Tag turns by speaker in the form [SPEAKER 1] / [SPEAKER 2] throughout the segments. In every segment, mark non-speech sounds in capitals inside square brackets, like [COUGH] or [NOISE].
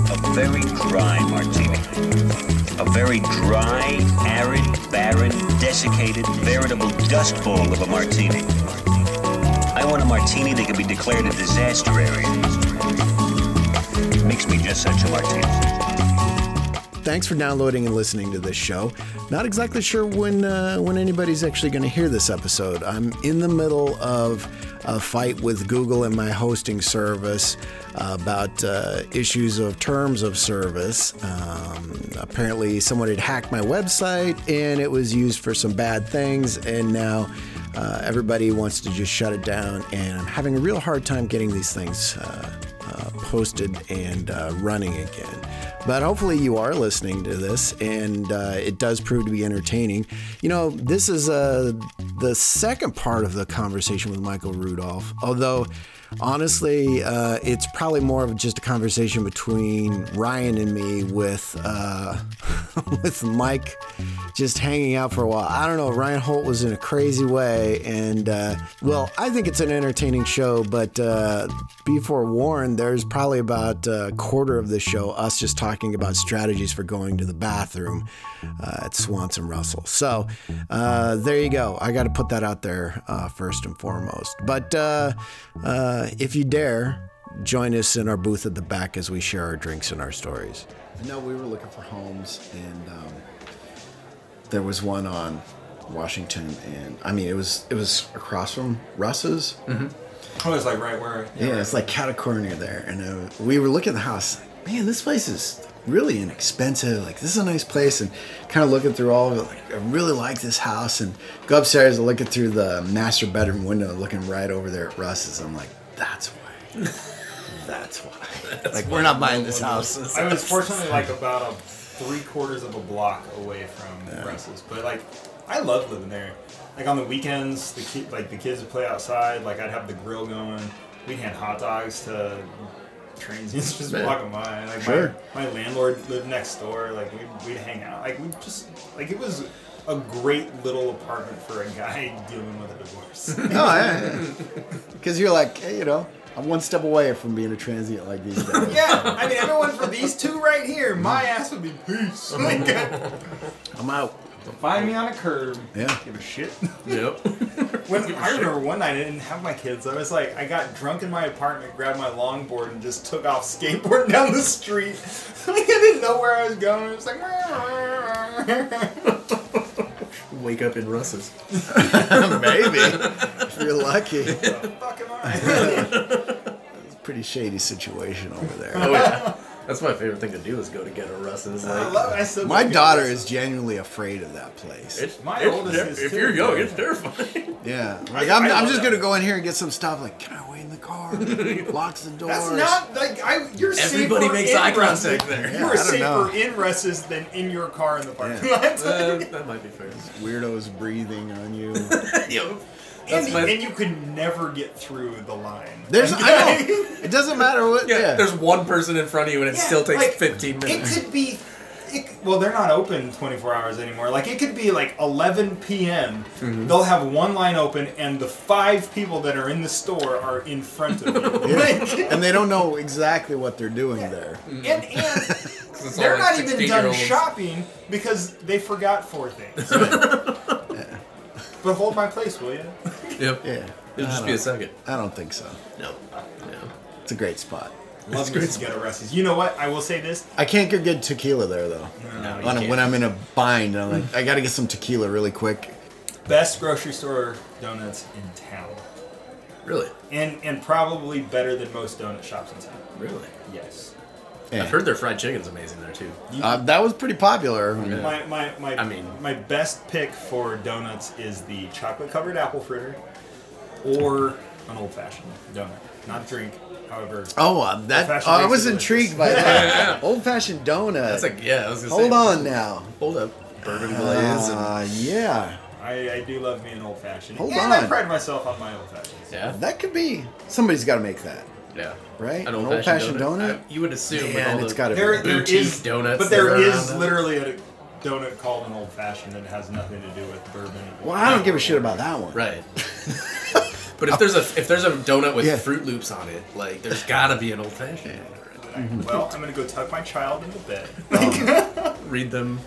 [SPEAKER 1] A very dry martini. A very dry, arid, barren, desiccated, veritable dust bowl of a martini. I want a martini that can be declared a disaster area. Makes me just such a martini.
[SPEAKER 2] Thanks for downloading and listening to this show. Not exactly sure when uh, when anybody's actually going to hear this episode. I'm in the middle of a fight with Google and my hosting service about uh, issues of terms of service. Um, apparently, someone had hacked my website and it was used for some bad things, and now. Uh, everybody wants to just shut it down, and I'm having a real hard time getting these things uh, uh, posted and uh, running again. But hopefully, you are listening to this, and uh, it does prove to be entertaining. You know, this is uh, the second part of the conversation with Michael Rudolph, although. Honestly, uh, it's probably more of just a conversation between Ryan and me with uh, [LAUGHS] with Mike, just hanging out for a while. I don't know. Ryan Holt was in a crazy way, and uh, well, I think it's an entertaining show. But uh, be forewarned, there's probably about a quarter of the show us just talking about strategies for going to the bathroom uh, at Swanson Russell. So uh, there you go. I got to put that out there uh, first and foremost. But uh, uh, if you dare, join us in our booth at the back as we share our drinks and our stories. No, we were looking for homes, and um, there was one on Washington, and I mean, it was it was across from Russ's.
[SPEAKER 3] Oh, it's like right where.
[SPEAKER 2] Yeah, it's like cat a corner there, and uh, we were looking at the house. Like, Man, this place is really inexpensive. Like, this is a nice place, and kind of looking through all of it. Like, I really like this house, and go upstairs and looking through the master bedroom window, looking right over there at Russ's. I'm like, that's [LAUGHS] why. That's why. Oh,
[SPEAKER 4] Like we're not buying
[SPEAKER 2] [LAUGHS]
[SPEAKER 4] this house.
[SPEAKER 3] I was fortunately like about a three quarters of a block away from Brussels, but like I love living there. Like on the weekends, the ki- like the kids would play outside. Like I'd have the grill going. We'd hand hot dogs to [LAUGHS] transients just
[SPEAKER 4] Man.
[SPEAKER 3] walking by. Like
[SPEAKER 2] Sure.
[SPEAKER 3] my, my landlord lived next door. Like we'd, we'd hang out. Like we just like it was a great little apartment for a guy [LAUGHS] dealing with a divorce. [LAUGHS]
[SPEAKER 2] No, yeah. Because you're like, hey, you know, I'm one step away from being a transient like these
[SPEAKER 4] [LAUGHS]
[SPEAKER 2] guys.
[SPEAKER 3] yeah, I mean everyone for these two right here, my ass would be [LAUGHS] peace. Like,
[SPEAKER 2] I'm out.
[SPEAKER 3] Find me on a curb.
[SPEAKER 2] Yeah.
[SPEAKER 3] Give
[SPEAKER 2] [LAUGHS]
[SPEAKER 3] a shit.
[SPEAKER 4] Yep.
[SPEAKER 3] [LAUGHS] When, I remember one night I didn't have my kids. I was like, I got drunk in my apartment, grabbed my longboard, and just took off skateboard [LAUGHS] down the street. like I didn't know where I was going. I was like, [LAUGHS]
[SPEAKER 4] Wake up in Russ's.
[SPEAKER 2] Maybe. [LAUGHS] if you're lucky. It's
[SPEAKER 3] fuck am [LAUGHS] I?
[SPEAKER 2] a pretty shady situation over there.
[SPEAKER 4] Oh [LAUGHS] yeah. That's my favorite thing to do is go to get a Russ's. Like,
[SPEAKER 3] I love. I still
[SPEAKER 2] My
[SPEAKER 3] think
[SPEAKER 2] daughter
[SPEAKER 3] it was-
[SPEAKER 2] is genuinely afraid of that place.
[SPEAKER 4] it's,
[SPEAKER 3] My
[SPEAKER 4] it's
[SPEAKER 3] oldest
[SPEAKER 4] ter-
[SPEAKER 3] is
[SPEAKER 4] If
[SPEAKER 3] too.
[SPEAKER 4] you're young, it's terrifying.
[SPEAKER 2] yeah. Like,
[SPEAKER 3] I-
[SPEAKER 2] I'm,
[SPEAKER 3] I
[SPEAKER 2] I'm
[SPEAKER 3] love
[SPEAKER 2] just
[SPEAKER 3] that.
[SPEAKER 2] going to go in here and get some stuff. Like, can I wait in the
[SPEAKER 4] [LAUGHS]
[SPEAKER 2] car? Locks the doors.
[SPEAKER 3] That's not like I. You're
[SPEAKER 4] Everybody
[SPEAKER 3] safer
[SPEAKER 4] makes
[SPEAKER 3] in
[SPEAKER 4] eye
[SPEAKER 3] Russ's-
[SPEAKER 4] contact there.
[SPEAKER 2] Yeah,
[SPEAKER 3] you
[SPEAKER 2] I
[SPEAKER 3] are
[SPEAKER 2] don't
[SPEAKER 3] safer
[SPEAKER 2] know.
[SPEAKER 3] in Russ's than in your car in the parking
[SPEAKER 2] Yeah.
[SPEAKER 3] lot.
[SPEAKER 4] [LAUGHS] Uh, that might be [LAUGHS] fair.
[SPEAKER 2] Weirdos breathing on
[SPEAKER 4] [LAUGHS]
[SPEAKER 2] you.
[SPEAKER 4] Yo,
[SPEAKER 3] [LAUGHS]
[SPEAKER 4] that's
[SPEAKER 3] and,
[SPEAKER 4] my.
[SPEAKER 3] and you could never get through the line. [LAUGHS]
[SPEAKER 2] There's, I know.
[SPEAKER 4] [LAUGHS]
[SPEAKER 2] It doesn't matter what.
[SPEAKER 4] yeah,
[SPEAKER 2] Yeah.
[SPEAKER 4] there's one person in front of you, and it
[SPEAKER 3] Yeah,
[SPEAKER 4] still takes
[SPEAKER 3] like,
[SPEAKER 4] 15 minutes.
[SPEAKER 3] It could be. It, well, they're not open 24 hours anymore. Like, it could be like 11 p.m.
[SPEAKER 4] Mm-hmm.
[SPEAKER 3] They'll have one line open, and the five people that are in the store are in front of
[SPEAKER 4] [LAUGHS]
[SPEAKER 3] you. Like,
[SPEAKER 2] and they don't know exactly what they're doing there.
[SPEAKER 4] Mm.
[SPEAKER 3] and and
[SPEAKER 4] Mm-hmm. [LAUGHS] 'Cause it's
[SPEAKER 3] they're
[SPEAKER 4] all
[SPEAKER 3] not even done
[SPEAKER 4] 16-year-olds.
[SPEAKER 3] shopping because they forgot four
[SPEAKER 4] [LAUGHS]
[SPEAKER 3] things. But hold my place, will you?
[SPEAKER 4] Yep.
[SPEAKER 2] Yeah.
[SPEAKER 4] It'll just be a second.
[SPEAKER 2] I don't think so.
[SPEAKER 4] No. No.
[SPEAKER 2] It's a great spot.
[SPEAKER 3] Love me some ghetto Rusty's. You know what? I will say this.
[SPEAKER 2] I can't go get tequila there though.
[SPEAKER 4] No, you
[SPEAKER 2] On a-
[SPEAKER 4] can't.
[SPEAKER 2] when I'm in a bind, I'm like, I gotta get some tequila really quick.
[SPEAKER 3] Best grocery store donuts in town.
[SPEAKER 4] Really.
[SPEAKER 3] And, and probably better than most donut shops in town.
[SPEAKER 4] Really.
[SPEAKER 3] Yes.
[SPEAKER 2] Yeah.
[SPEAKER 4] I've heard their fried chicken's amazing there too.
[SPEAKER 2] Uh, that was pretty popular.
[SPEAKER 3] My, my, my,
[SPEAKER 4] I mean-
[SPEAKER 3] my best pick for donuts is the chocolate covered apple fritter or an old fashioned donut. Not drink, however.
[SPEAKER 2] Oh, uh, that
[SPEAKER 3] Old-fashioned
[SPEAKER 2] oh, I
[SPEAKER 3] makes
[SPEAKER 2] was
[SPEAKER 3] it
[SPEAKER 2] intrigued by that. Old fashioned donut.
[SPEAKER 4] That's like yeah. I was gonna say,
[SPEAKER 2] Hold on now.
[SPEAKER 4] Hold up.
[SPEAKER 5] bourbon glaze. and
[SPEAKER 2] Uh, yeah,
[SPEAKER 3] I, I do love me an old fashioned.
[SPEAKER 2] Hold
[SPEAKER 3] and I
[SPEAKER 2] on.
[SPEAKER 3] pride myself on my old fashions.
[SPEAKER 4] Yeah.
[SPEAKER 2] that could be. Somebody's got to make that.
[SPEAKER 4] Yeah.
[SPEAKER 2] Right?
[SPEAKER 4] An
[SPEAKER 2] An
[SPEAKER 4] old
[SPEAKER 2] old-fashioned
[SPEAKER 4] fashioned
[SPEAKER 2] donut?
[SPEAKER 4] donut. I- you would assume. with
[SPEAKER 2] Man,
[SPEAKER 4] all
[SPEAKER 2] it's
[SPEAKER 4] the-
[SPEAKER 2] gotta be.
[SPEAKER 3] There, there
[SPEAKER 4] Boutique
[SPEAKER 3] is
[SPEAKER 4] donuts
[SPEAKER 3] but
[SPEAKER 4] that
[SPEAKER 3] there
[SPEAKER 4] are
[SPEAKER 3] is
[SPEAKER 4] around now.
[SPEAKER 3] literally a donut called an old fashioned that has nothing to do with bourbon.
[SPEAKER 2] Well, I don't give a shit about that one.
[SPEAKER 4] [LAUGHS] Right. but if there's a if there's a donut with
[SPEAKER 2] Yeah.
[SPEAKER 4] Fruit Loops on it, like there's gotta be an old fashioned.
[SPEAKER 3] Well, I'm gonna go tuck my child into bed.
[SPEAKER 4] Read them.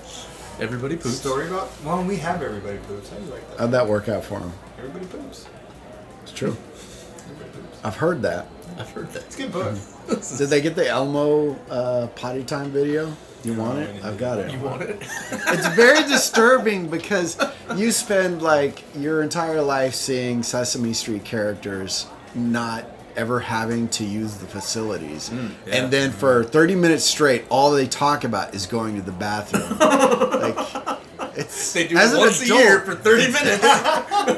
[SPEAKER 4] Everybody poops.
[SPEAKER 3] Story about well, we have everybody poops. I like that.
[SPEAKER 2] How'd that work out for him?
[SPEAKER 3] everybody poops.
[SPEAKER 2] It's true.
[SPEAKER 3] Everybody poops.
[SPEAKER 2] I've heard that.
[SPEAKER 4] I've heard that.
[SPEAKER 3] It's a good book.
[SPEAKER 2] Did they get the Elmo uh, potty time video? You want it? I've got it.
[SPEAKER 4] You want it?
[SPEAKER 2] It's very disturbing because you spend like your entire life seeing Sesame Street characters not ever having to use the facilities.
[SPEAKER 4] Mm, yeah.
[SPEAKER 2] And then for 30 minutes straight, all they talk about is going to the bathroom. like, it's,
[SPEAKER 4] [LAUGHS] They do
[SPEAKER 2] as
[SPEAKER 4] it
[SPEAKER 2] an
[SPEAKER 4] once a
[SPEAKER 2] adult,
[SPEAKER 4] year for 30 [LAUGHS] minutes.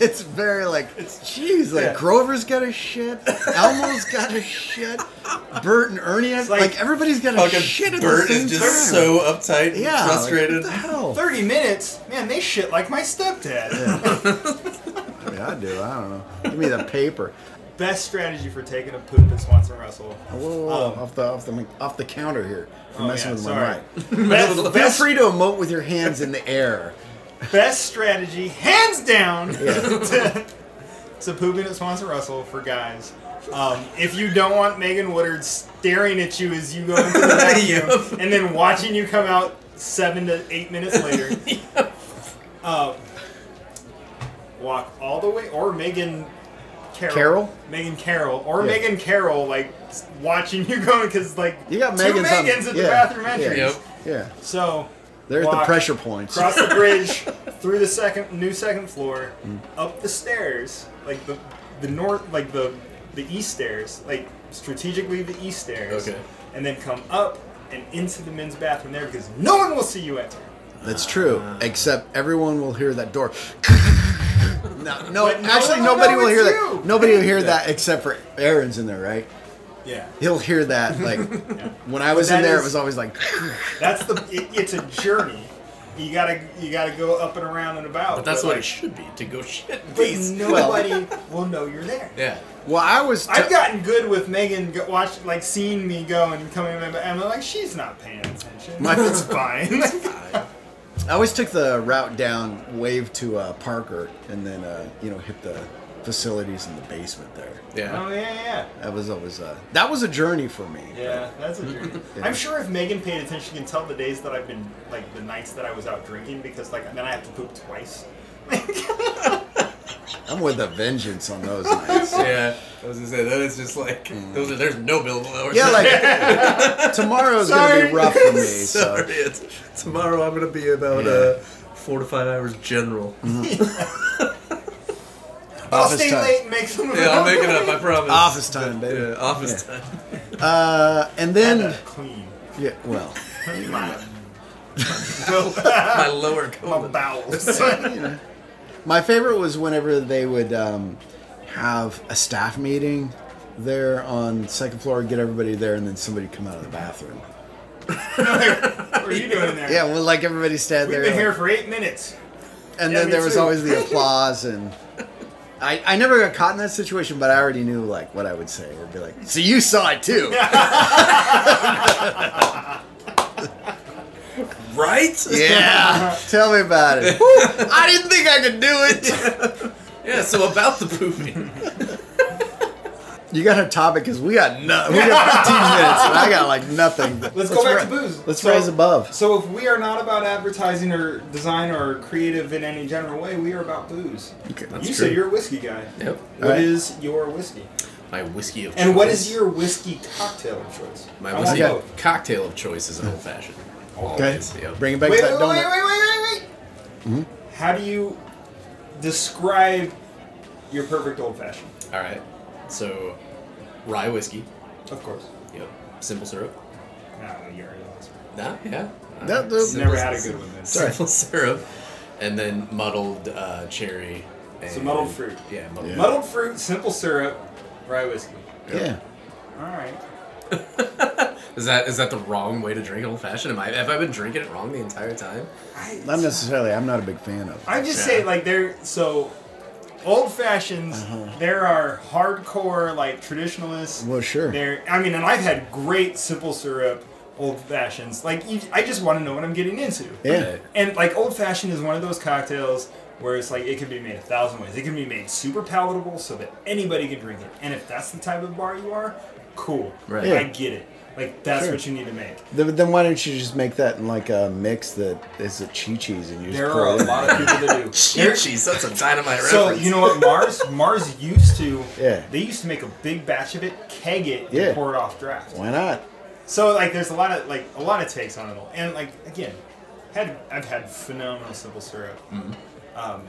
[SPEAKER 2] It's very like, jeez, like Grover's got a shit, Elmo's got a shit, Bert and Ernie, have, like,
[SPEAKER 3] like
[SPEAKER 2] everybody's got a
[SPEAKER 4] Fucking
[SPEAKER 2] shit at
[SPEAKER 4] Bert
[SPEAKER 2] the same
[SPEAKER 4] is just
[SPEAKER 2] time.
[SPEAKER 4] so uptight and
[SPEAKER 2] yeah, like,
[SPEAKER 4] frustrated.
[SPEAKER 2] what the hell?
[SPEAKER 3] Thirty minutes, man. They shit like my stepdad.
[SPEAKER 2] I mean, I do. I don't know. Give me the paper.
[SPEAKER 3] Best strategy for taking a poop at Swanson Russell.
[SPEAKER 2] Whoa, whoa, whoa. off the off the off the counter here. You're
[SPEAKER 3] Um, Oh,
[SPEAKER 2] messing
[SPEAKER 3] yeah,
[SPEAKER 2] with
[SPEAKER 3] sorry.
[SPEAKER 2] my mic.
[SPEAKER 3] Best,
[SPEAKER 2] Feel
[SPEAKER 3] best,
[SPEAKER 2] free to emote with your hands in the air.
[SPEAKER 3] best strategy, hands down, [LAUGHS] to, to pooping at Swanson Russell for guys. Um, if you don't want Megan Woodard staring at you as you go
[SPEAKER 2] [LAUGHS]
[SPEAKER 3] into the bathroom and then watching you come out seven to eight minutes
[SPEAKER 2] [LAUGHS]
[SPEAKER 3] later, uh, walk all the way, or Megan Carroll,
[SPEAKER 2] Carroll?
[SPEAKER 3] Megan Carroll, or
[SPEAKER 2] Yeah.
[SPEAKER 3] Megan Carroll, like s- watching you going because like
[SPEAKER 2] You got
[SPEAKER 3] two
[SPEAKER 2] Megan's, on-
[SPEAKER 3] Megans at the
[SPEAKER 2] yeah,
[SPEAKER 3] bathroom
[SPEAKER 2] yeah,
[SPEAKER 3] entrance.
[SPEAKER 4] Yep.
[SPEAKER 2] Yeah,
[SPEAKER 3] So
[SPEAKER 2] there's the
[SPEAKER 3] walk-
[SPEAKER 2] pressure points.
[SPEAKER 3] cross the bridge through the second new second floor
[SPEAKER 4] Mm.
[SPEAKER 3] up the stairs like the the north like the the east stairs like strategically the east stairs
[SPEAKER 4] Okay.
[SPEAKER 3] and then come up and into the men's bathroom there because no one will see you enter
[SPEAKER 2] That's true. Except everyone will hear that
[SPEAKER 3] [LAUGHS]
[SPEAKER 2] door. no, no,
[SPEAKER 3] But no
[SPEAKER 2] actually,
[SPEAKER 3] one will
[SPEAKER 2] nobody
[SPEAKER 3] know
[SPEAKER 2] will
[SPEAKER 3] it's
[SPEAKER 2] hear
[SPEAKER 3] you.
[SPEAKER 2] that.
[SPEAKER 3] [LAUGHS]
[SPEAKER 2] Nobody will hear that except for Aaron's in there, right?
[SPEAKER 3] yeah
[SPEAKER 2] He'll hear that. Like when I was
[SPEAKER 3] But
[SPEAKER 2] in
[SPEAKER 3] that
[SPEAKER 2] there, it
[SPEAKER 3] is-
[SPEAKER 2] was always like. [LAUGHS]
[SPEAKER 3] that's the it, it's a journey you gotta you gotta go up and around and about
[SPEAKER 4] But that's what
[SPEAKER 3] like,
[SPEAKER 4] it should be to go shit in
[SPEAKER 3] but
[SPEAKER 4] peace.
[SPEAKER 3] nobody will know you're there
[SPEAKER 4] Yeah.
[SPEAKER 2] Well, I was.
[SPEAKER 3] I've gotten good with Megan go- watch like seeing me go and coming back, and I'm like, she's not paying attention.
[SPEAKER 2] My-
[SPEAKER 3] it's fine.
[SPEAKER 4] [LAUGHS]
[SPEAKER 2] I always took the route down, wave to uh, Parker, and then uh, you know hit the facilities in the basement there.
[SPEAKER 3] oh yeah,
[SPEAKER 4] Yeah.
[SPEAKER 3] yeah,
[SPEAKER 2] That was always uh, that was a journey for me.
[SPEAKER 3] yeah. Yeah, that's a journey.
[SPEAKER 2] Yeah.
[SPEAKER 3] I'm sure if Megan paid attention, she can tell the days that I've been like the nights that I was out drinking because like then I have to poop twice.
[SPEAKER 2] I'm with a vengeance on
[SPEAKER 3] [LAUGHS]
[SPEAKER 2] those nights.
[SPEAKER 4] Oh, Yeah. Mm. I was gonna say that is just like those are, there's no billboard.
[SPEAKER 2] Yeah, like
[SPEAKER 3] [LAUGHS]
[SPEAKER 2] tomorrow's gonna
[SPEAKER 3] Sorry.
[SPEAKER 2] be rough for
[SPEAKER 3] [LAUGHS]
[SPEAKER 2] me.
[SPEAKER 4] [LAUGHS] sorry.
[SPEAKER 2] So
[SPEAKER 4] It's, tomorrow I'm gonna be about
[SPEAKER 2] Yeah.
[SPEAKER 4] uh, four to five hours general.
[SPEAKER 3] I'll
[SPEAKER 2] office
[SPEAKER 3] stay
[SPEAKER 2] Oh, time,
[SPEAKER 3] late and make some.
[SPEAKER 4] Yeah,
[SPEAKER 3] [LAUGHS]
[SPEAKER 4] I'll make it up. I promise.
[SPEAKER 2] office time, baby.
[SPEAKER 4] Yeah, office time.
[SPEAKER 2] Uh, and then
[SPEAKER 3] clean.
[SPEAKER 2] yeah, well,
[SPEAKER 3] My,
[SPEAKER 4] My lower
[SPEAKER 3] my [LAUGHS]
[SPEAKER 4] colon.
[SPEAKER 3] bowels.
[SPEAKER 2] my favorite was whenever they would um, have a staff meeting there on second floor, get everybody there, and then somebody come out of the bathroom.
[SPEAKER 3] [LAUGHS] what are you doing there?
[SPEAKER 2] Yeah, well, like everybody stand
[SPEAKER 3] We've
[SPEAKER 2] there.
[SPEAKER 3] been
[SPEAKER 2] like-
[SPEAKER 3] here for eight minutes.
[SPEAKER 2] and
[SPEAKER 3] Yeah,
[SPEAKER 2] then
[SPEAKER 3] me
[SPEAKER 2] there was
[SPEAKER 3] too.
[SPEAKER 2] always
[SPEAKER 3] [LAUGHS]
[SPEAKER 2] the applause and I, I never got caught in that situation but i already knew like what i would say it would be like so you saw it too
[SPEAKER 4] Right?
[SPEAKER 3] [LAUGHS]
[SPEAKER 2] yeah tell me about it Whew, i didn't think i could do it
[SPEAKER 4] [LAUGHS] Yeah. So about the pooping.
[SPEAKER 2] [LAUGHS] you got a topic because we got no, we
[SPEAKER 3] [LAUGHS]
[SPEAKER 2] got 15 minutes and i got like nothing
[SPEAKER 3] Let's, go back
[SPEAKER 2] ra-
[SPEAKER 3] to booze.
[SPEAKER 2] let's
[SPEAKER 3] So-
[SPEAKER 2] rise above
[SPEAKER 3] So if we are not about advertising or design or creative in any general way, we are about booze.
[SPEAKER 2] Okay,
[SPEAKER 3] you
[SPEAKER 4] true.
[SPEAKER 3] say you're a whiskey guy.
[SPEAKER 4] Yep.
[SPEAKER 3] What
[SPEAKER 2] Alright.
[SPEAKER 3] is your whiskey?
[SPEAKER 4] My whiskey of choice.
[SPEAKER 3] And what is your Oh whiskey cocktail of choice?
[SPEAKER 4] My
[SPEAKER 3] I
[SPEAKER 4] whiskey
[SPEAKER 2] Okay.
[SPEAKER 3] want both.
[SPEAKER 4] cocktail of choice is an old fashioned.
[SPEAKER 2] okay
[SPEAKER 4] Always, yep.
[SPEAKER 2] bring it back
[SPEAKER 3] Oh. Wait,
[SPEAKER 2] to
[SPEAKER 3] wait,
[SPEAKER 2] that
[SPEAKER 3] wait,
[SPEAKER 2] donut
[SPEAKER 3] wait, wait, wait, wait. How do you describe your perfect old fashioned?
[SPEAKER 4] All right. So rye whiskey.
[SPEAKER 3] Of course.
[SPEAKER 4] Yep. Simple syrup.
[SPEAKER 3] Ah, you already lost me.
[SPEAKER 4] Nah, yeah.
[SPEAKER 2] That-
[SPEAKER 4] Uh,
[SPEAKER 2] that-
[SPEAKER 4] simple-
[SPEAKER 3] Never had a good one then.
[SPEAKER 2] Sorry.
[SPEAKER 4] simple [LAUGHS] syrup, and then muddled uh, cherry. And,
[SPEAKER 3] So muddled fruit.
[SPEAKER 4] Yeah, muddled.
[SPEAKER 2] Yeah.
[SPEAKER 3] Muddled fruit, simple syrup, rye whiskey.
[SPEAKER 2] yeah
[SPEAKER 3] All right.
[SPEAKER 4] Is that is that the wrong way to drink an old fashioned? Am I have I been drinking it wrong the entire time?
[SPEAKER 3] I,
[SPEAKER 5] Not necessarily. I'm not a big fan of.
[SPEAKER 3] I just say like there. So old fashions. There are hardcore like traditionalists.
[SPEAKER 2] Uh-huh. Well, sure.
[SPEAKER 3] There. I mean, and I've had great simple syrup old fashions. Like you, I just want to know what I'm getting into.
[SPEAKER 2] Yeah.
[SPEAKER 3] And like old fashioned is one of those cocktails where it's like it can be made a thousand ways. It can be made super palatable so that anybody can drink it. And if that's the type of bar you are, cool.
[SPEAKER 4] Right.
[SPEAKER 2] Yeah.
[SPEAKER 3] I get it. Like that's
[SPEAKER 2] Sure.
[SPEAKER 3] what you need to make.
[SPEAKER 2] Then, then why don't you just make that in like a mix that is a chi cheese and you just
[SPEAKER 3] There
[SPEAKER 2] pour
[SPEAKER 3] are a
[SPEAKER 2] it in?
[SPEAKER 3] lot of people that do.
[SPEAKER 4] [LAUGHS]
[SPEAKER 3] There-
[SPEAKER 4] Jeez, that's a dynamite
[SPEAKER 3] So
[SPEAKER 4] reference.
[SPEAKER 3] you know what Mars
[SPEAKER 2] [LAUGHS]
[SPEAKER 3] Mars used to
[SPEAKER 2] Yeah.
[SPEAKER 3] they used to make a big batch of it, keg it,
[SPEAKER 2] Yeah.
[SPEAKER 3] and pour it off draft.
[SPEAKER 2] Why not?
[SPEAKER 3] So like there's a lot of like a lot of takes on it all. And like again, had I've had phenomenal simple syrup.
[SPEAKER 2] Mm-hmm.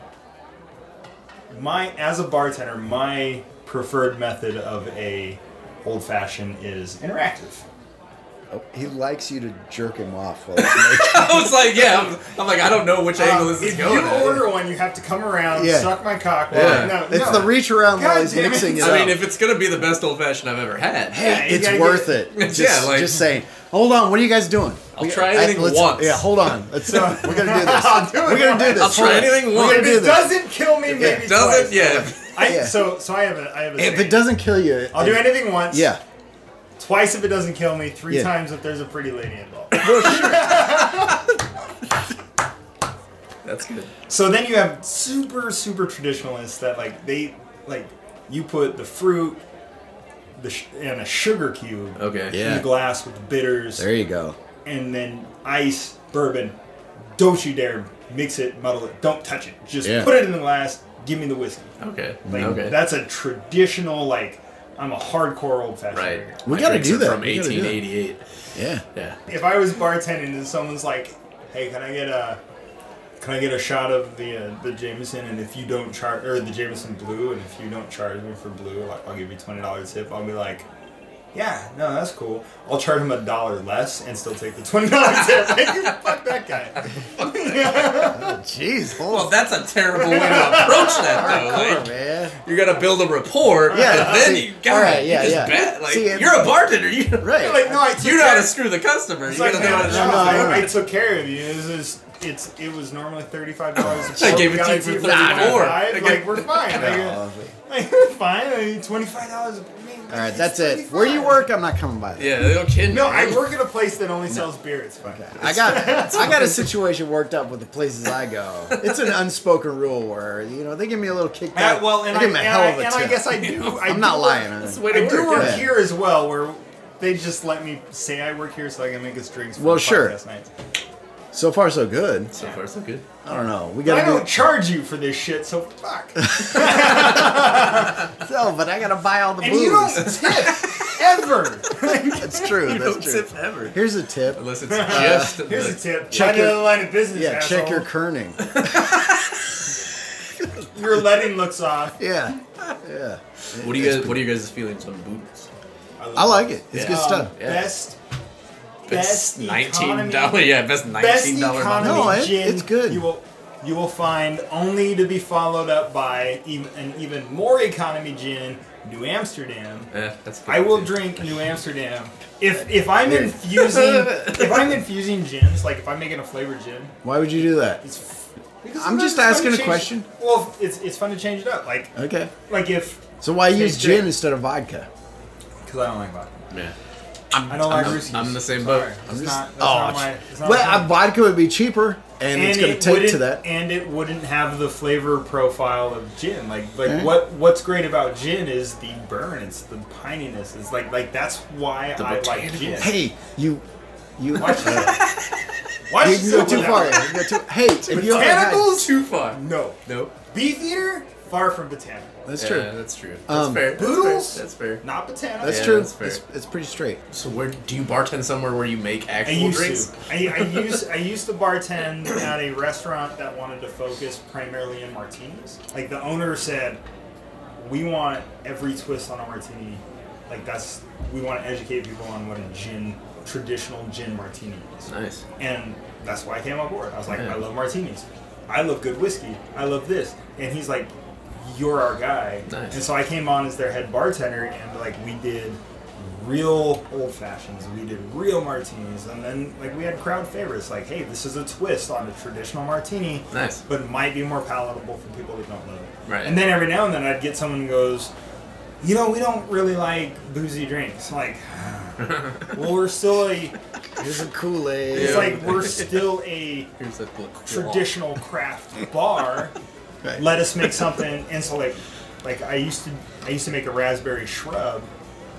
[SPEAKER 3] Um, my as a bartender, my preferred method of a old fashioned is interactive.
[SPEAKER 2] Oh, he likes you to jerk him off.
[SPEAKER 3] [LAUGHS]
[SPEAKER 2] While it's making-
[SPEAKER 4] [LAUGHS] I was like, yeah, I'm, I'm like, I don't know which angle this is
[SPEAKER 3] Uh, Um, if you
[SPEAKER 4] going. at.
[SPEAKER 3] order one, you have to come around,
[SPEAKER 2] Yeah.
[SPEAKER 3] suck my cock.
[SPEAKER 4] Yeah.
[SPEAKER 3] No,
[SPEAKER 2] it's
[SPEAKER 3] no.
[SPEAKER 2] the reach around
[SPEAKER 3] God
[SPEAKER 2] while he's
[SPEAKER 3] damn it.
[SPEAKER 2] mixing it
[SPEAKER 4] I mean,
[SPEAKER 2] up.
[SPEAKER 4] if it's gonna be the best old fashioned I've ever had,
[SPEAKER 3] Yeah, you
[SPEAKER 2] it's
[SPEAKER 3] gotta
[SPEAKER 2] worth
[SPEAKER 3] [LAUGHS] get-
[SPEAKER 2] it. Just,
[SPEAKER 4] Yeah, like-
[SPEAKER 2] just saying. Hold on. What are you guys doing?
[SPEAKER 4] I'll try anything
[SPEAKER 2] let's-
[SPEAKER 4] once.
[SPEAKER 2] Yeah, hold on. Let's, uh, we're gonna
[SPEAKER 3] [LAUGHS]
[SPEAKER 2] do this.
[SPEAKER 3] I'll do it.
[SPEAKER 2] We're gonna do this.
[SPEAKER 4] I'll try
[SPEAKER 2] Hold on.
[SPEAKER 4] anything
[SPEAKER 2] We're gonna
[SPEAKER 4] once.
[SPEAKER 2] do
[SPEAKER 3] If it
[SPEAKER 2] this.
[SPEAKER 3] doesn't kill me, maybe
[SPEAKER 4] [LAUGHS] does
[SPEAKER 3] twice.
[SPEAKER 4] it? Yeah.
[SPEAKER 3] I,
[SPEAKER 2] Yeah.
[SPEAKER 3] So so I have a I have a.
[SPEAKER 2] If
[SPEAKER 3] saying.
[SPEAKER 2] it doesn't kill you,
[SPEAKER 3] I'll do anything once.
[SPEAKER 2] Yeah.
[SPEAKER 3] Twice if it doesn't kill me. Three
[SPEAKER 2] Yeah.
[SPEAKER 3] times if there's a pretty lady involved.
[SPEAKER 4] That's good.
[SPEAKER 3] So then you have super super traditionalists that like they like you put the fruit the sh- in a sugar cube
[SPEAKER 4] Okay.
[SPEAKER 2] Yeah.
[SPEAKER 3] in the glass with bitters
[SPEAKER 2] There you go.
[SPEAKER 3] and then ice bourbon. Don't you dare mix it, muddle it. Don't touch it. Just
[SPEAKER 2] Yeah.
[SPEAKER 3] put it in the glass. Give me the whiskey.
[SPEAKER 4] Okay.
[SPEAKER 3] Like
[SPEAKER 4] okay.
[SPEAKER 3] that's a traditional like I'm a hardcore old fashioned.
[SPEAKER 4] right.
[SPEAKER 2] We
[SPEAKER 4] My
[SPEAKER 2] gotta
[SPEAKER 4] drinks
[SPEAKER 2] do
[SPEAKER 4] are
[SPEAKER 2] that.
[SPEAKER 4] From
[SPEAKER 2] We gotta do that.
[SPEAKER 4] 1888.
[SPEAKER 2] Yeah.
[SPEAKER 4] Yeah.
[SPEAKER 3] If I was bartending and someone's like, "Hey, can I get a, can I get a shot of the uh, the Jameson?" And if you don't charge or the Jameson Blue, and if you don't charge me for Blue, like I'll give you twenty dollars tip. I'll be like, "Yeah, no, that's cool. I'll charge him a dollar less and still take the twenty dollars tip." [LAUGHS] Like, fuck that guy.
[SPEAKER 2] Jeez.
[SPEAKER 4] Well, that's a terrible way to
[SPEAKER 2] [LAUGHS]
[SPEAKER 4] approach that, though. Like,
[SPEAKER 2] man.
[SPEAKER 4] you gotta build a rapport,
[SPEAKER 2] Yeah,
[SPEAKER 4] and then
[SPEAKER 2] see,
[SPEAKER 4] you got
[SPEAKER 2] all right,
[SPEAKER 4] you
[SPEAKER 2] yeah,
[SPEAKER 4] just
[SPEAKER 2] yeah.
[SPEAKER 4] bet. Like
[SPEAKER 2] See, it's-
[SPEAKER 4] you're a bartender,
[SPEAKER 2] [LAUGHS]
[SPEAKER 4] you
[SPEAKER 2] Right.
[SPEAKER 3] Like, no, I took
[SPEAKER 4] you know how
[SPEAKER 3] care-
[SPEAKER 4] to [LAUGHS] screw the customer.
[SPEAKER 3] It's
[SPEAKER 4] you
[SPEAKER 3] like, uh,
[SPEAKER 4] gotta
[SPEAKER 3] no,
[SPEAKER 4] know how to
[SPEAKER 3] no,
[SPEAKER 4] shop.
[SPEAKER 2] no, no.
[SPEAKER 3] I, I took care of you. It's just. It's it was normally thirty five dollars.
[SPEAKER 4] [LAUGHS] I gave it to you for $34.
[SPEAKER 3] Like we're fine. Like, Like, fine, I mean, twenty-five dollars.
[SPEAKER 2] All right, that's it. Where you work, I'm not coming by.
[SPEAKER 4] Yeah, no kidding.
[SPEAKER 3] No, I work at a place that only sells beer. It's fine.
[SPEAKER 2] I got I got a situation worked up with the places I go. It's an unspoken rule where you know they give me a little kickback.
[SPEAKER 3] Uh, well, and,
[SPEAKER 2] they
[SPEAKER 3] I,
[SPEAKER 2] give me a
[SPEAKER 3] and,
[SPEAKER 2] hell
[SPEAKER 3] I,
[SPEAKER 2] of a
[SPEAKER 3] and I
[SPEAKER 2] tip.
[SPEAKER 3] guess I
[SPEAKER 2] [LAUGHS]
[SPEAKER 3] do. I
[SPEAKER 2] I'm not
[SPEAKER 3] do
[SPEAKER 2] lying.
[SPEAKER 3] Work,
[SPEAKER 2] on
[SPEAKER 4] That's
[SPEAKER 2] it.
[SPEAKER 4] the way to
[SPEAKER 3] I
[SPEAKER 4] work.
[SPEAKER 3] do work
[SPEAKER 2] yeah.
[SPEAKER 3] here as well, where they just let me say I work here so I can make us drinks. For
[SPEAKER 2] Well,
[SPEAKER 3] the
[SPEAKER 2] sure.
[SPEAKER 3] podcast nights.
[SPEAKER 2] So far, so good.
[SPEAKER 4] So far, so good.
[SPEAKER 2] I don't know. We
[SPEAKER 3] I
[SPEAKER 2] gotta
[SPEAKER 3] don't
[SPEAKER 2] do
[SPEAKER 3] charge you for this shit, so fuck.
[SPEAKER 2] [LAUGHS] sell, but I gotta buy all the
[SPEAKER 3] and
[SPEAKER 2] booze.
[SPEAKER 3] you don't tip
[SPEAKER 2] [LAUGHS]
[SPEAKER 3] ever.
[SPEAKER 2] that's
[SPEAKER 3] [LAUGHS]
[SPEAKER 2] true. That's
[SPEAKER 4] Don't
[SPEAKER 2] true.
[SPEAKER 4] tip ever.
[SPEAKER 2] Here's a tip.
[SPEAKER 4] Unless it's just the,
[SPEAKER 3] Here's a tip.
[SPEAKER 2] Check
[SPEAKER 3] Check your
[SPEAKER 2] your-
[SPEAKER 3] line of business.
[SPEAKER 2] Yeah, check your
[SPEAKER 3] asshole.
[SPEAKER 2] kerning.
[SPEAKER 3] your letting looks off.
[SPEAKER 2] Yeah,
[SPEAKER 4] What do you guys? What are you guys' feelings on boots?
[SPEAKER 2] I like it. It's
[SPEAKER 4] Yeah.
[SPEAKER 2] good
[SPEAKER 3] Um,
[SPEAKER 2] stuff.
[SPEAKER 4] Yeah.
[SPEAKER 3] Best, best,
[SPEAKER 4] nineteen
[SPEAKER 3] economy
[SPEAKER 4] dollar. Yeah, best
[SPEAKER 3] best
[SPEAKER 4] nineteen dollar.
[SPEAKER 3] economy
[SPEAKER 2] No, it-
[SPEAKER 3] gin
[SPEAKER 2] it's good.
[SPEAKER 3] You will you will find only to be followed up by even, an even more economy gin, New Amsterdam.
[SPEAKER 4] Yeah, Eh, that's good
[SPEAKER 3] I will
[SPEAKER 4] too.
[SPEAKER 3] drink New Amsterdam if if I'm [LAUGHS] infusing if I'm infusing gins like if I'm making a flavored gin.
[SPEAKER 2] Why would you do that?
[SPEAKER 3] It's f- because
[SPEAKER 2] I'm
[SPEAKER 3] sometimes
[SPEAKER 2] just
[SPEAKER 3] it's fun to
[SPEAKER 2] asking a
[SPEAKER 3] change-
[SPEAKER 2] question.
[SPEAKER 3] Well, it's it's fun to change it up. Like
[SPEAKER 2] Okay.
[SPEAKER 3] like if
[SPEAKER 2] So why use
[SPEAKER 3] Tastes
[SPEAKER 2] gin
[SPEAKER 3] good.
[SPEAKER 2] instead of vodka?
[SPEAKER 3] because I don't like vodka.
[SPEAKER 4] Yeah. I'm,
[SPEAKER 3] I don't like
[SPEAKER 4] I'm,
[SPEAKER 3] Ruskies.
[SPEAKER 4] I'm the same boat.
[SPEAKER 3] Sorry. It's not. That's
[SPEAKER 2] Oh,
[SPEAKER 3] not my, it's not my
[SPEAKER 2] well,
[SPEAKER 3] thing.
[SPEAKER 2] uh, vodka would be cheaper, and, it's gonna
[SPEAKER 3] it
[SPEAKER 2] take to
[SPEAKER 3] wouldn't-
[SPEAKER 2] that.
[SPEAKER 3] And it wouldn't have the flavor profile of gin. Like like
[SPEAKER 2] Alright.
[SPEAKER 3] what what's great about gin is the burn. It's the pininess. It's like like that's why I like
[SPEAKER 4] botanicals.
[SPEAKER 3] gin.
[SPEAKER 2] Hey, you, you.
[SPEAKER 3] Watch that.
[SPEAKER 2] [LAUGHS]
[SPEAKER 3] Watch
[SPEAKER 2] You can go too far. You
[SPEAKER 3] that.
[SPEAKER 2] can go too, hey, if you only had-
[SPEAKER 4] Botanicals too far.
[SPEAKER 3] No.
[SPEAKER 4] Nope.
[SPEAKER 3] Beef eater, far from botanical.
[SPEAKER 2] That's
[SPEAKER 4] Yeah,
[SPEAKER 2] true.
[SPEAKER 4] that's true. That's
[SPEAKER 2] Um,
[SPEAKER 4] fair. That's
[SPEAKER 3] Boodles?
[SPEAKER 4] Fair. That's fair.
[SPEAKER 3] Not botanical.
[SPEAKER 2] That's
[SPEAKER 4] Yeah,
[SPEAKER 2] true.
[SPEAKER 4] that's fair.
[SPEAKER 2] it's, it's pretty straight.
[SPEAKER 4] So where do you bartend somewhere where you make
[SPEAKER 3] I
[SPEAKER 4] actual
[SPEAKER 3] used
[SPEAKER 4] drinks?
[SPEAKER 3] to. I, I used I used to bartend at a restaurant that wanted to focus primarily on martinis. Like the owner said, we want every twist on a martini. Like that's we want to educate people on what a gin traditional gin martini is.
[SPEAKER 4] Nice.
[SPEAKER 3] And that's why I came on board. I was like,
[SPEAKER 4] Yeah.
[SPEAKER 3] I love martinis. I love good whiskey. I love this. And he's like, you're our guy.
[SPEAKER 4] Nice.
[SPEAKER 3] And so I came on as their head bartender, and like we did real old fashions. We did real martinis, and then like we had crowd favorites. Like, hey, this is a twist on a traditional martini.
[SPEAKER 4] Nice.
[SPEAKER 3] but it might be more palatable for people that don't love it.
[SPEAKER 4] Right.
[SPEAKER 3] And then every now and then I'd get someone who goes, you know, we don't really like boozy drinks.
[SPEAKER 4] [LAUGHS]
[SPEAKER 3] Like, well, we're still a.
[SPEAKER 2] Here's a Kool Aid.
[SPEAKER 3] It's
[SPEAKER 4] Yeah.
[SPEAKER 3] like we're still a
[SPEAKER 4] Here's a book.
[SPEAKER 3] traditional craft bar.
[SPEAKER 2] Right.
[SPEAKER 3] Let us make something. And so like, like I used to, I used to make a raspberry shrub,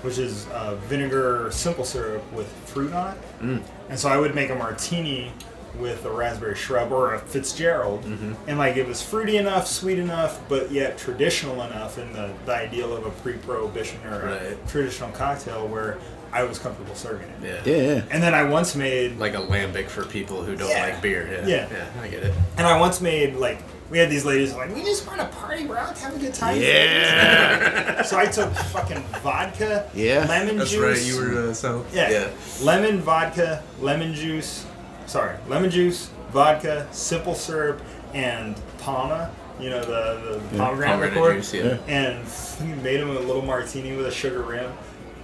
[SPEAKER 3] which is uh, vinegar simple syrup with fruit on it.
[SPEAKER 4] Mm.
[SPEAKER 3] And so I would make a martini with a raspberry shrub or a Fitzgerald,
[SPEAKER 4] Mm-hmm.
[SPEAKER 3] and like it was fruity enough, sweet enough, but yet traditional enough in the, the ideal of a pre-prohibition or
[SPEAKER 4] Right.
[SPEAKER 3] a traditional cocktail where I was comfortable serving it.
[SPEAKER 4] Yeah.
[SPEAKER 5] Yeah, yeah.
[SPEAKER 3] And then I once made
[SPEAKER 4] Like a lambic for people who don't
[SPEAKER 3] Yeah.
[SPEAKER 4] like beer. Yeah.
[SPEAKER 3] Yeah.
[SPEAKER 4] I get it.
[SPEAKER 3] And I once made like we had these ladies like we just want to party, we're out having a good time.
[SPEAKER 2] Yeah.
[SPEAKER 3] [LAUGHS] so I took fucking vodka,
[SPEAKER 2] Yeah.
[SPEAKER 3] lemon
[SPEAKER 4] That's
[SPEAKER 3] juice.
[SPEAKER 4] right. You were uh, so.
[SPEAKER 3] yeah. lemon vodka, lemon juice. Sorry, lemon juice, vodka, simple syrup, and palma. You know the the pomegranate
[SPEAKER 4] Pomegranate
[SPEAKER 3] liqueur.
[SPEAKER 4] juice, yeah.
[SPEAKER 5] Yeah.
[SPEAKER 3] And we made them a little martini with a sugar rim.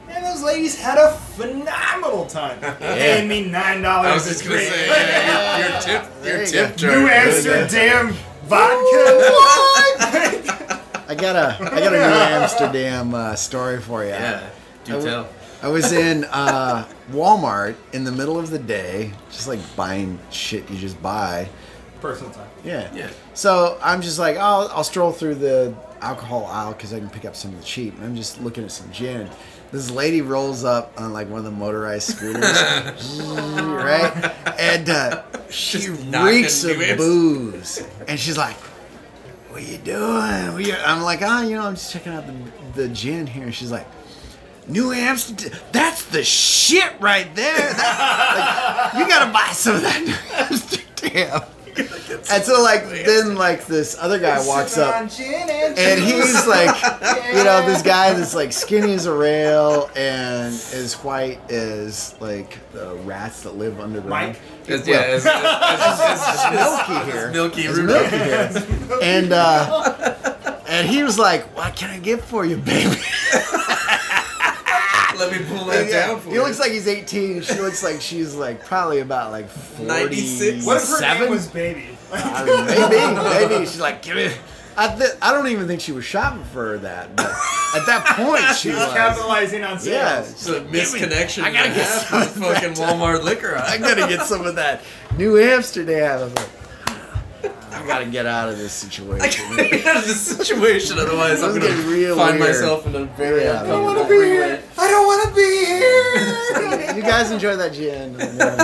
[SPEAKER 3] And those ladies had a phenomenal time. They paid me nine dollars.
[SPEAKER 4] I was just gonna say yeah, your, your
[SPEAKER 2] [LAUGHS]
[SPEAKER 4] tip,
[SPEAKER 2] There
[SPEAKER 4] your
[SPEAKER 2] you
[SPEAKER 4] tip
[SPEAKER 2] go.
[SPEAKER 4] jar.
[SPEAKER 3] New Amsterdam vodka.
[SPEAKER 2] I got a I
[SPEAKER 3] [LAUGHS]
[SPEAKER 2] got a New Amsterdam uh, story for you.
[SPEAKER 4] Yeah, do
[SPEAKER 2] I w-
[SPEAKER 4] tell.
[SPEAKER 2] I was in uh, Walmart in the middle of the day, just like buying shit you just buy.
[SPEAKER 3] Personal time.
[SPEAKER 2] Yeah.
[SPEAKER 4] Yeah.
[SPEAKER 2] So I'm just like, I'll, I'll stroll through the alcohol aisle because I can pick up some of the cheap. And I'm just looking at some gin. This lady rolls up on like one of the motorized scooters, [LAUGHS] right? And uh, she
[SPEAKER 4] Just knocking
[SPEAKER 2] reeks of
[SPEAKER 4] new Amsterdam.
[SPEAKER 2] booze, and she's like, "What you doing?" What you-" I'm like, "Ah, you know, I'm just checking out the the gin here." And she's like, "New Amsterdam, that's the shit right there. That- like, you gotta buy some of that New Amsterdam." And so, like, then like this other guy walks
[SPEAKER 3] Sipping
[SPEAKER 2] up,
[SPEAKER 3] on gin and
[SPEAKER 2] and
[SPEAKER 3] juice.
[SPEAKER 2] he's like, you know, this guy that's like skinny as a rail and as white as like the rats that live underground.
[SPEAKER 3] Mike.
[SPEAKER 4] It's- yeah, it's- uh, it's- it's- it's-
[SPEAKER 2] Milky here.
[SPEAKER 4] milky
[SPEAKER 2] It's
[SPEAKER 4] Ruby.
[SPEAKER 2] milky
[SPEAKER 4] [LAUGHS]
[SPEAKER 2] here. And uh, and he was like, "What can I get for you, baby?"
[SPEAKER 4] Let me
[SPEAKER 2] [LAUGHS]
[SPEAKER 4] pull that down for
[SPEAKER 2] he looks like he's 18. She looks like she's like probably about like
[SPEAKER 4] 96?
[SPEAKER 2] 46.
[SPEAKER 3] what if her
[SPEAKER 4] Seven?
[SPEAKER 3] name was Baby? [LAUGHS]
[SPEAKER 2] I mean, [LAUGHS] maybe, maybe she's like, give it. I, th- I don't even think she was shopping for that. But at that
[SPEAKER 3] [LAUGHS]
[SPEAKER 2] point, she
[SPEAKER 3] She's
[SPEAKER 2] was.
[SPEAKER 3] capitalizing on
[SPEAKER 2] Yeah,
[SPEAKER 3] sales.
[SPEAKER 2] she's
[SPEAKER 4] It's a
[SPEAKER 2] like,
[SPEAKER 4] misconnection.
[SPEAKER 2] I gotta
[SPEAKER 4] and a
[SPEAKER 2] get
[SPEAKER 4] half
[SPEAKER 2] some
[SPEAKER 4] with
[SPEAKER 2] of that.
[SPEAKER 4] fucking Walmart liquor.
[SPEAKER 2] I gotta get some of that New Amsterdam. I was like, "Ah, I gotta get out of this
[SPEAKER 4] I
[SPEAKER 2] situation.
[SPEAKER 4] gotta [LAUGHS] get out of this situation, otherwise I'm
[SPEAKER 2] This is
[SPEAKER 4] gonna
[SPEAKER 2] getting real
[SPEAKER 4] find
[SPEAKER 2] weird.
[SPEAKER 4] myself in a very
[SPEAKER 2] Yeah.
[SPEAKER 4] uncomfortable
[SPEAKER 2] I don't wanna
[SPEAKER 4] freeway.
[SPEAKER 3] I don't want to be
[SPEAKER 2] [LAUGHS]
[SPEAKER 3] here.
[SPEAKER 2] you guys enjoy that gin. And then-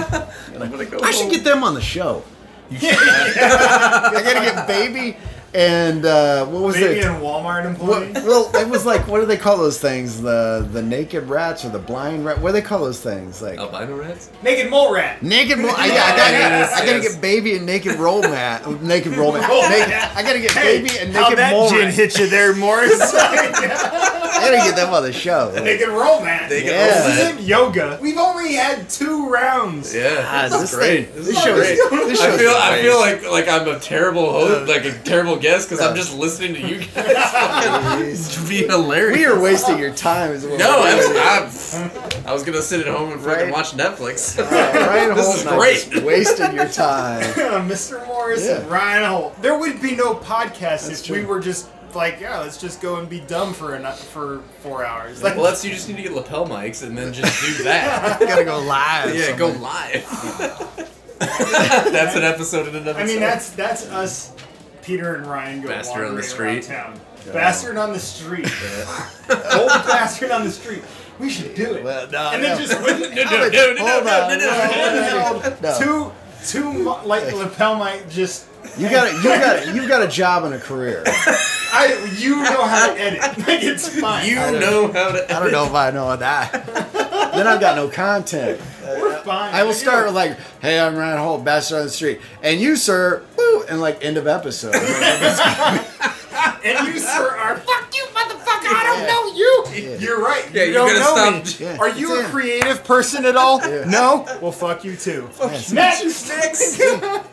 [SPEAKER 4] I'm gonna go
[SPEAKER 2] I should
[SPEAKER 4] home.
[SPEAKER 2] get them on the show. [LAUGHS] I gotta get baby and uh, what was
[SPEAKER 3] Baby
[SPEAKER 2] it?
[SPEAKER 3] and Walmart employee.
[SPEAKER 2] What, well, it was like what do they call those things? The the naked rats or the blind rat? What do they call those things? Like
[SPEAKER 4] albino rats.
[SPEAKER 3] Naked mole rat.
[SPEAKER 2] Naked roll. I, I, I,
[SPEAKER 4] Yes,
[SPEAKER 2] I gotta
[SPEAKER 4] yes.
[SPEAKER 2] get baby and naked roll mat. Naked roll mat.
[SPEAKER 3] Roll
[SPEAKER 2] Naked-
[SPEAKER 3] mat.
[SPEAKER 2] I gotta get
[SPEAKER 3] Hey,
[SPEAKER 2] baby and
[SPEAKER 3] how
[SPEAKER 2] naked
[SPEAKER 3] that
[SPEAKER 2] roll
[SPEAKER 3] gin
[SPEAKER 2] mat.
[SPEAKER 3] hit you there,
[SPEAKER 2] [LAUGHS]
[SPEAKER 3] Morris?
[SPEAKER 2] I gotta get them on the
[SPEAKER 4] [LAUGHS]
[SPEAKER 2] show.
[SPEAKER 3] naked roll mat.
[SPEAKER 4] Naked
[SPEAKER 2] Yeah.
[SPEAKER 4] roll
[SPEAKER 3] This
[SPEAKER 4] mat.
[SPEAKER 3] isn't yoga. We've only had two rounds. [LAUGHS]
[SPEAKER 4] Yeah,
[SPEAKER 2] God,
[SPEAKER 4] this
[SPEAKER 2] Ah, this
[SPEAKER 4] is great.
[SPEAKER 2] thing-
[SPEAKER 4] This
[SPEAKER 2] this
[SPEAKER 4] is
[SPEAKER 2] show
[SPEAKER 4] great.
[SPEAKER 2] is- this
[SPEAKER 4] I
[SPEAKER 2] show's
[SPEAKER 4] feel I
[SPEAKER 2] great.
[SPEAKER 4] feel like like I'm a terrible host, like a terrible guest, because I'm
[SPEAKER 2] Yeah.
[SPEAKER 4] just listening to you
[SPEAKER 2] [LAUGHS]
[SPEAKER 4] guys.
[SPEAKER 2] Jeez.
[SPEAKER 4] It's be hilarious.
[SPEAKER 2] we are wasting your time. Is what
[SPEAKER 4] [LAUGHS] No,
[SPEAKER 2] we're doing.
[SPEAKER 4] I was, I, I was gonna sit at home and fucking
[SPEAKER 2] Right.
[SPEAKER 4] watch Netflix. [LAUGHS]
[SPEAKER 2] Ryan
[SPEAKER 4] this
[SPEAKER 2] Holt's
[SPEAKER 4] is
[SPEAKER 2] not
[SPEAKER 4] great.
[SPEAKER 2] just wasting your time.
[SPEAKER 3] Mr. Morris
[SPEAKER 2] Yeah.
[SPEAKER 3] and Ryan Holt. There would be no podcast
[SPEAKER 2] That's
[SPEAKER 3] if
[SPEAKER 2] true.
[SPEAKER 3] we were just like, yeah, let's just go and be dumb for an, for four hours. Like,
[SPEAKER 4] Well, that's you just need to get lapel mics and then just do that. [LAUGHS]
[SPEAKER 2] You gotta go live.
[SPEAKER 4] yeah, go
[SPEAKER 2] somewhere.
[SPEAKER 4] live. [LAUGHS] that's an episode in another.
[SPEAKER 3] I mean, that's that's us, Peter and Ryan go
[SPEAKER 4] Bastard on the
[SPEAKER 3] wandering around
[SPEAKER 4] street.
[SPEAKER 3] Town. Bastard on the street. [LAUGHS] Old bastard on the street. We should do it.
[SPEAKER 2] Well, no,
[SPEAKER 3] and
[SPEAKER 2] no.
[SPEAKER 3] then just wouldn't [LAUGHS]
[SPEAKER 4] no, no, no, no,
[SPEAKER 2] Hold
[SPEAKER 4] no, no,
[SPEAKER 2] on.
[SPEAKER 4] no, no.
[SPEAKER 2] No.
[SPEAKER 3] two two mo- like lapel mic just.
[SPEAKER 2] You got a, you got a, you got a job and a career.
[SPEAKER 3] I you know how to edit. Like it's fine.
[SPEAKER 4] You know how to.
[SPEAKER 2] I don't know if I know that. then I've got no content.
[SPEAKER 3] We're fine.
[SPEAKER 2] I will
[SPEAKER 3] You
[SPEAKER 2] start
[SPEAKER 3] know,
[SPEAKER 2] with like, "Hey, I'm Ryan Holt, bastard on the street," and you, sir, woo, and like end of episode.
[SPEAKER 3] and you sir are fuck you. motherfucker, I don't know you. You're right.
[SPEAKER 4] Yeah,
[SPEAKER 3] you
[SPEAKER 4] you're
[SPEAKER 3] don't
[SPEAKER 4] gonna
[SPEAKER 3] know
[SPEAKER 4] stop-
[SPEAKER 3] me.
[SPEAKER 2] Yeah.
[SPEAKER 3] Are you a
[SPEAKER 2] Yeah.
[SPEAKER 3] creative person at all? No. Well, fuck you too. Next.
[SPEAKER 4] Next.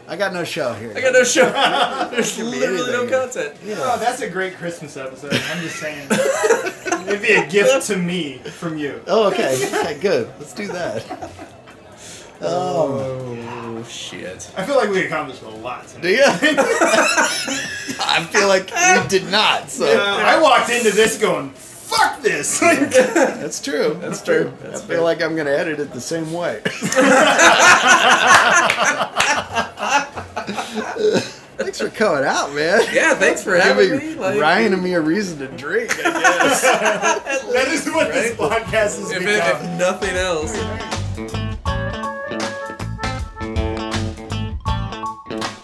[SPEAKER 2] I got no show here.
[SPEAKER 4] I got no show. There's literally no
[SPEAKER 2] anything.
[SPEAKER 4] content.
[SPEAKER 3] Oh, that's a great Christmas episode. I'm just saying. It'd be a gift to me from you.
[SPEAKER 2] oh, okay. okay. Good. Let's do that.
[SPEAKER 4] Oh shit.
[SPEAKER 3] I feel like we accomplished a lot tonight.
[SPEAKER 2] Yeah. I feel like we did not. So
[SPEAKER 3] Uh, I walked into this going, fuck this. [LAUGHS]
[SPEAKER 2] that's true.
[SPEAKER 4] That's true. That's
[SPEAKER 2] I feel like I'm gonna edit it the same [LAUGHS] way. Thanks for coming out, man.
[SPEAKER 4] Yeah, thanks for having me.
[SPEAKER 2] Giving
[SPEAKER 4] Like,
[SPEAKER 2] Ryan and me a reason to drink.
[SPEAKER 3] that is what this podcast is
[SPEAKER 4] If,
[SPEAKER 3] become.
[SPEAKER 4] it, if nothing else.
[SPEAKER 2] [LAUGHS]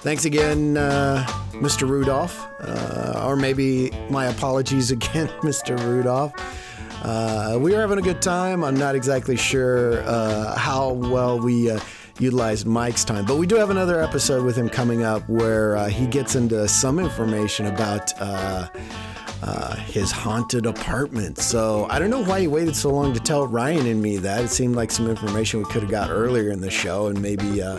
[SPEAKER 2] Thanks again, uh, Mr. Rudolph, uh, or maybe my apologies again, [LAUGHS] Mr. Rudolph. Uh, we are having a good time. I'm not exactly sure uh, how well we uh, utilized Mike's time, but we do have another episode with him coming up where uh, he gets into some information about. Uh, uh, his haunted apartment. So I don't know why he waited so long to tell Ryan and me that. It seemed like some information we could have got earlier in the show, and maybe uh,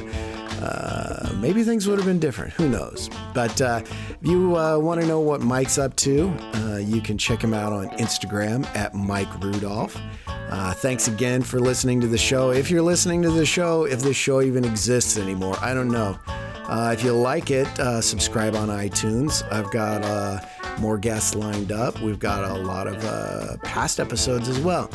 [SPEAKER 2] uh, maybe things would have been different. Who knows? But uh, if you uh, want to know what Mike's up to, uh, you can check him out on Instagram at Mike Rudolph. Uh, thanks again for listening to the show. If you're listening to the show, if this show even exists anymore, I don't know. Uh, if you like it, uh, subscribe on iTunes. I've got uh, more guests lined up. We've got a lot of uh, past episodes as well.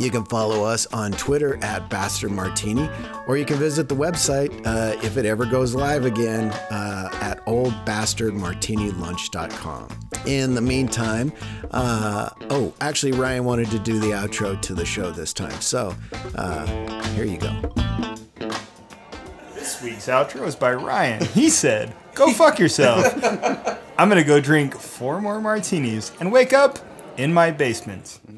[SPEAKER 2] You can follow us on Twitter at Bastard Martini, or you can visit the website uh, if it ever goes live again uh, at oldbastardmartinilunch.com. In the meantime, uh, oh, actually, Ryan wanted to do the outro to the show this time. So uh, here you go.
[SPEAKER 3] This week's outro is by Ryan. He said, Go fuck [LAUGHS] yourself. I'm going to go drink four more martinis and wake up in my basement.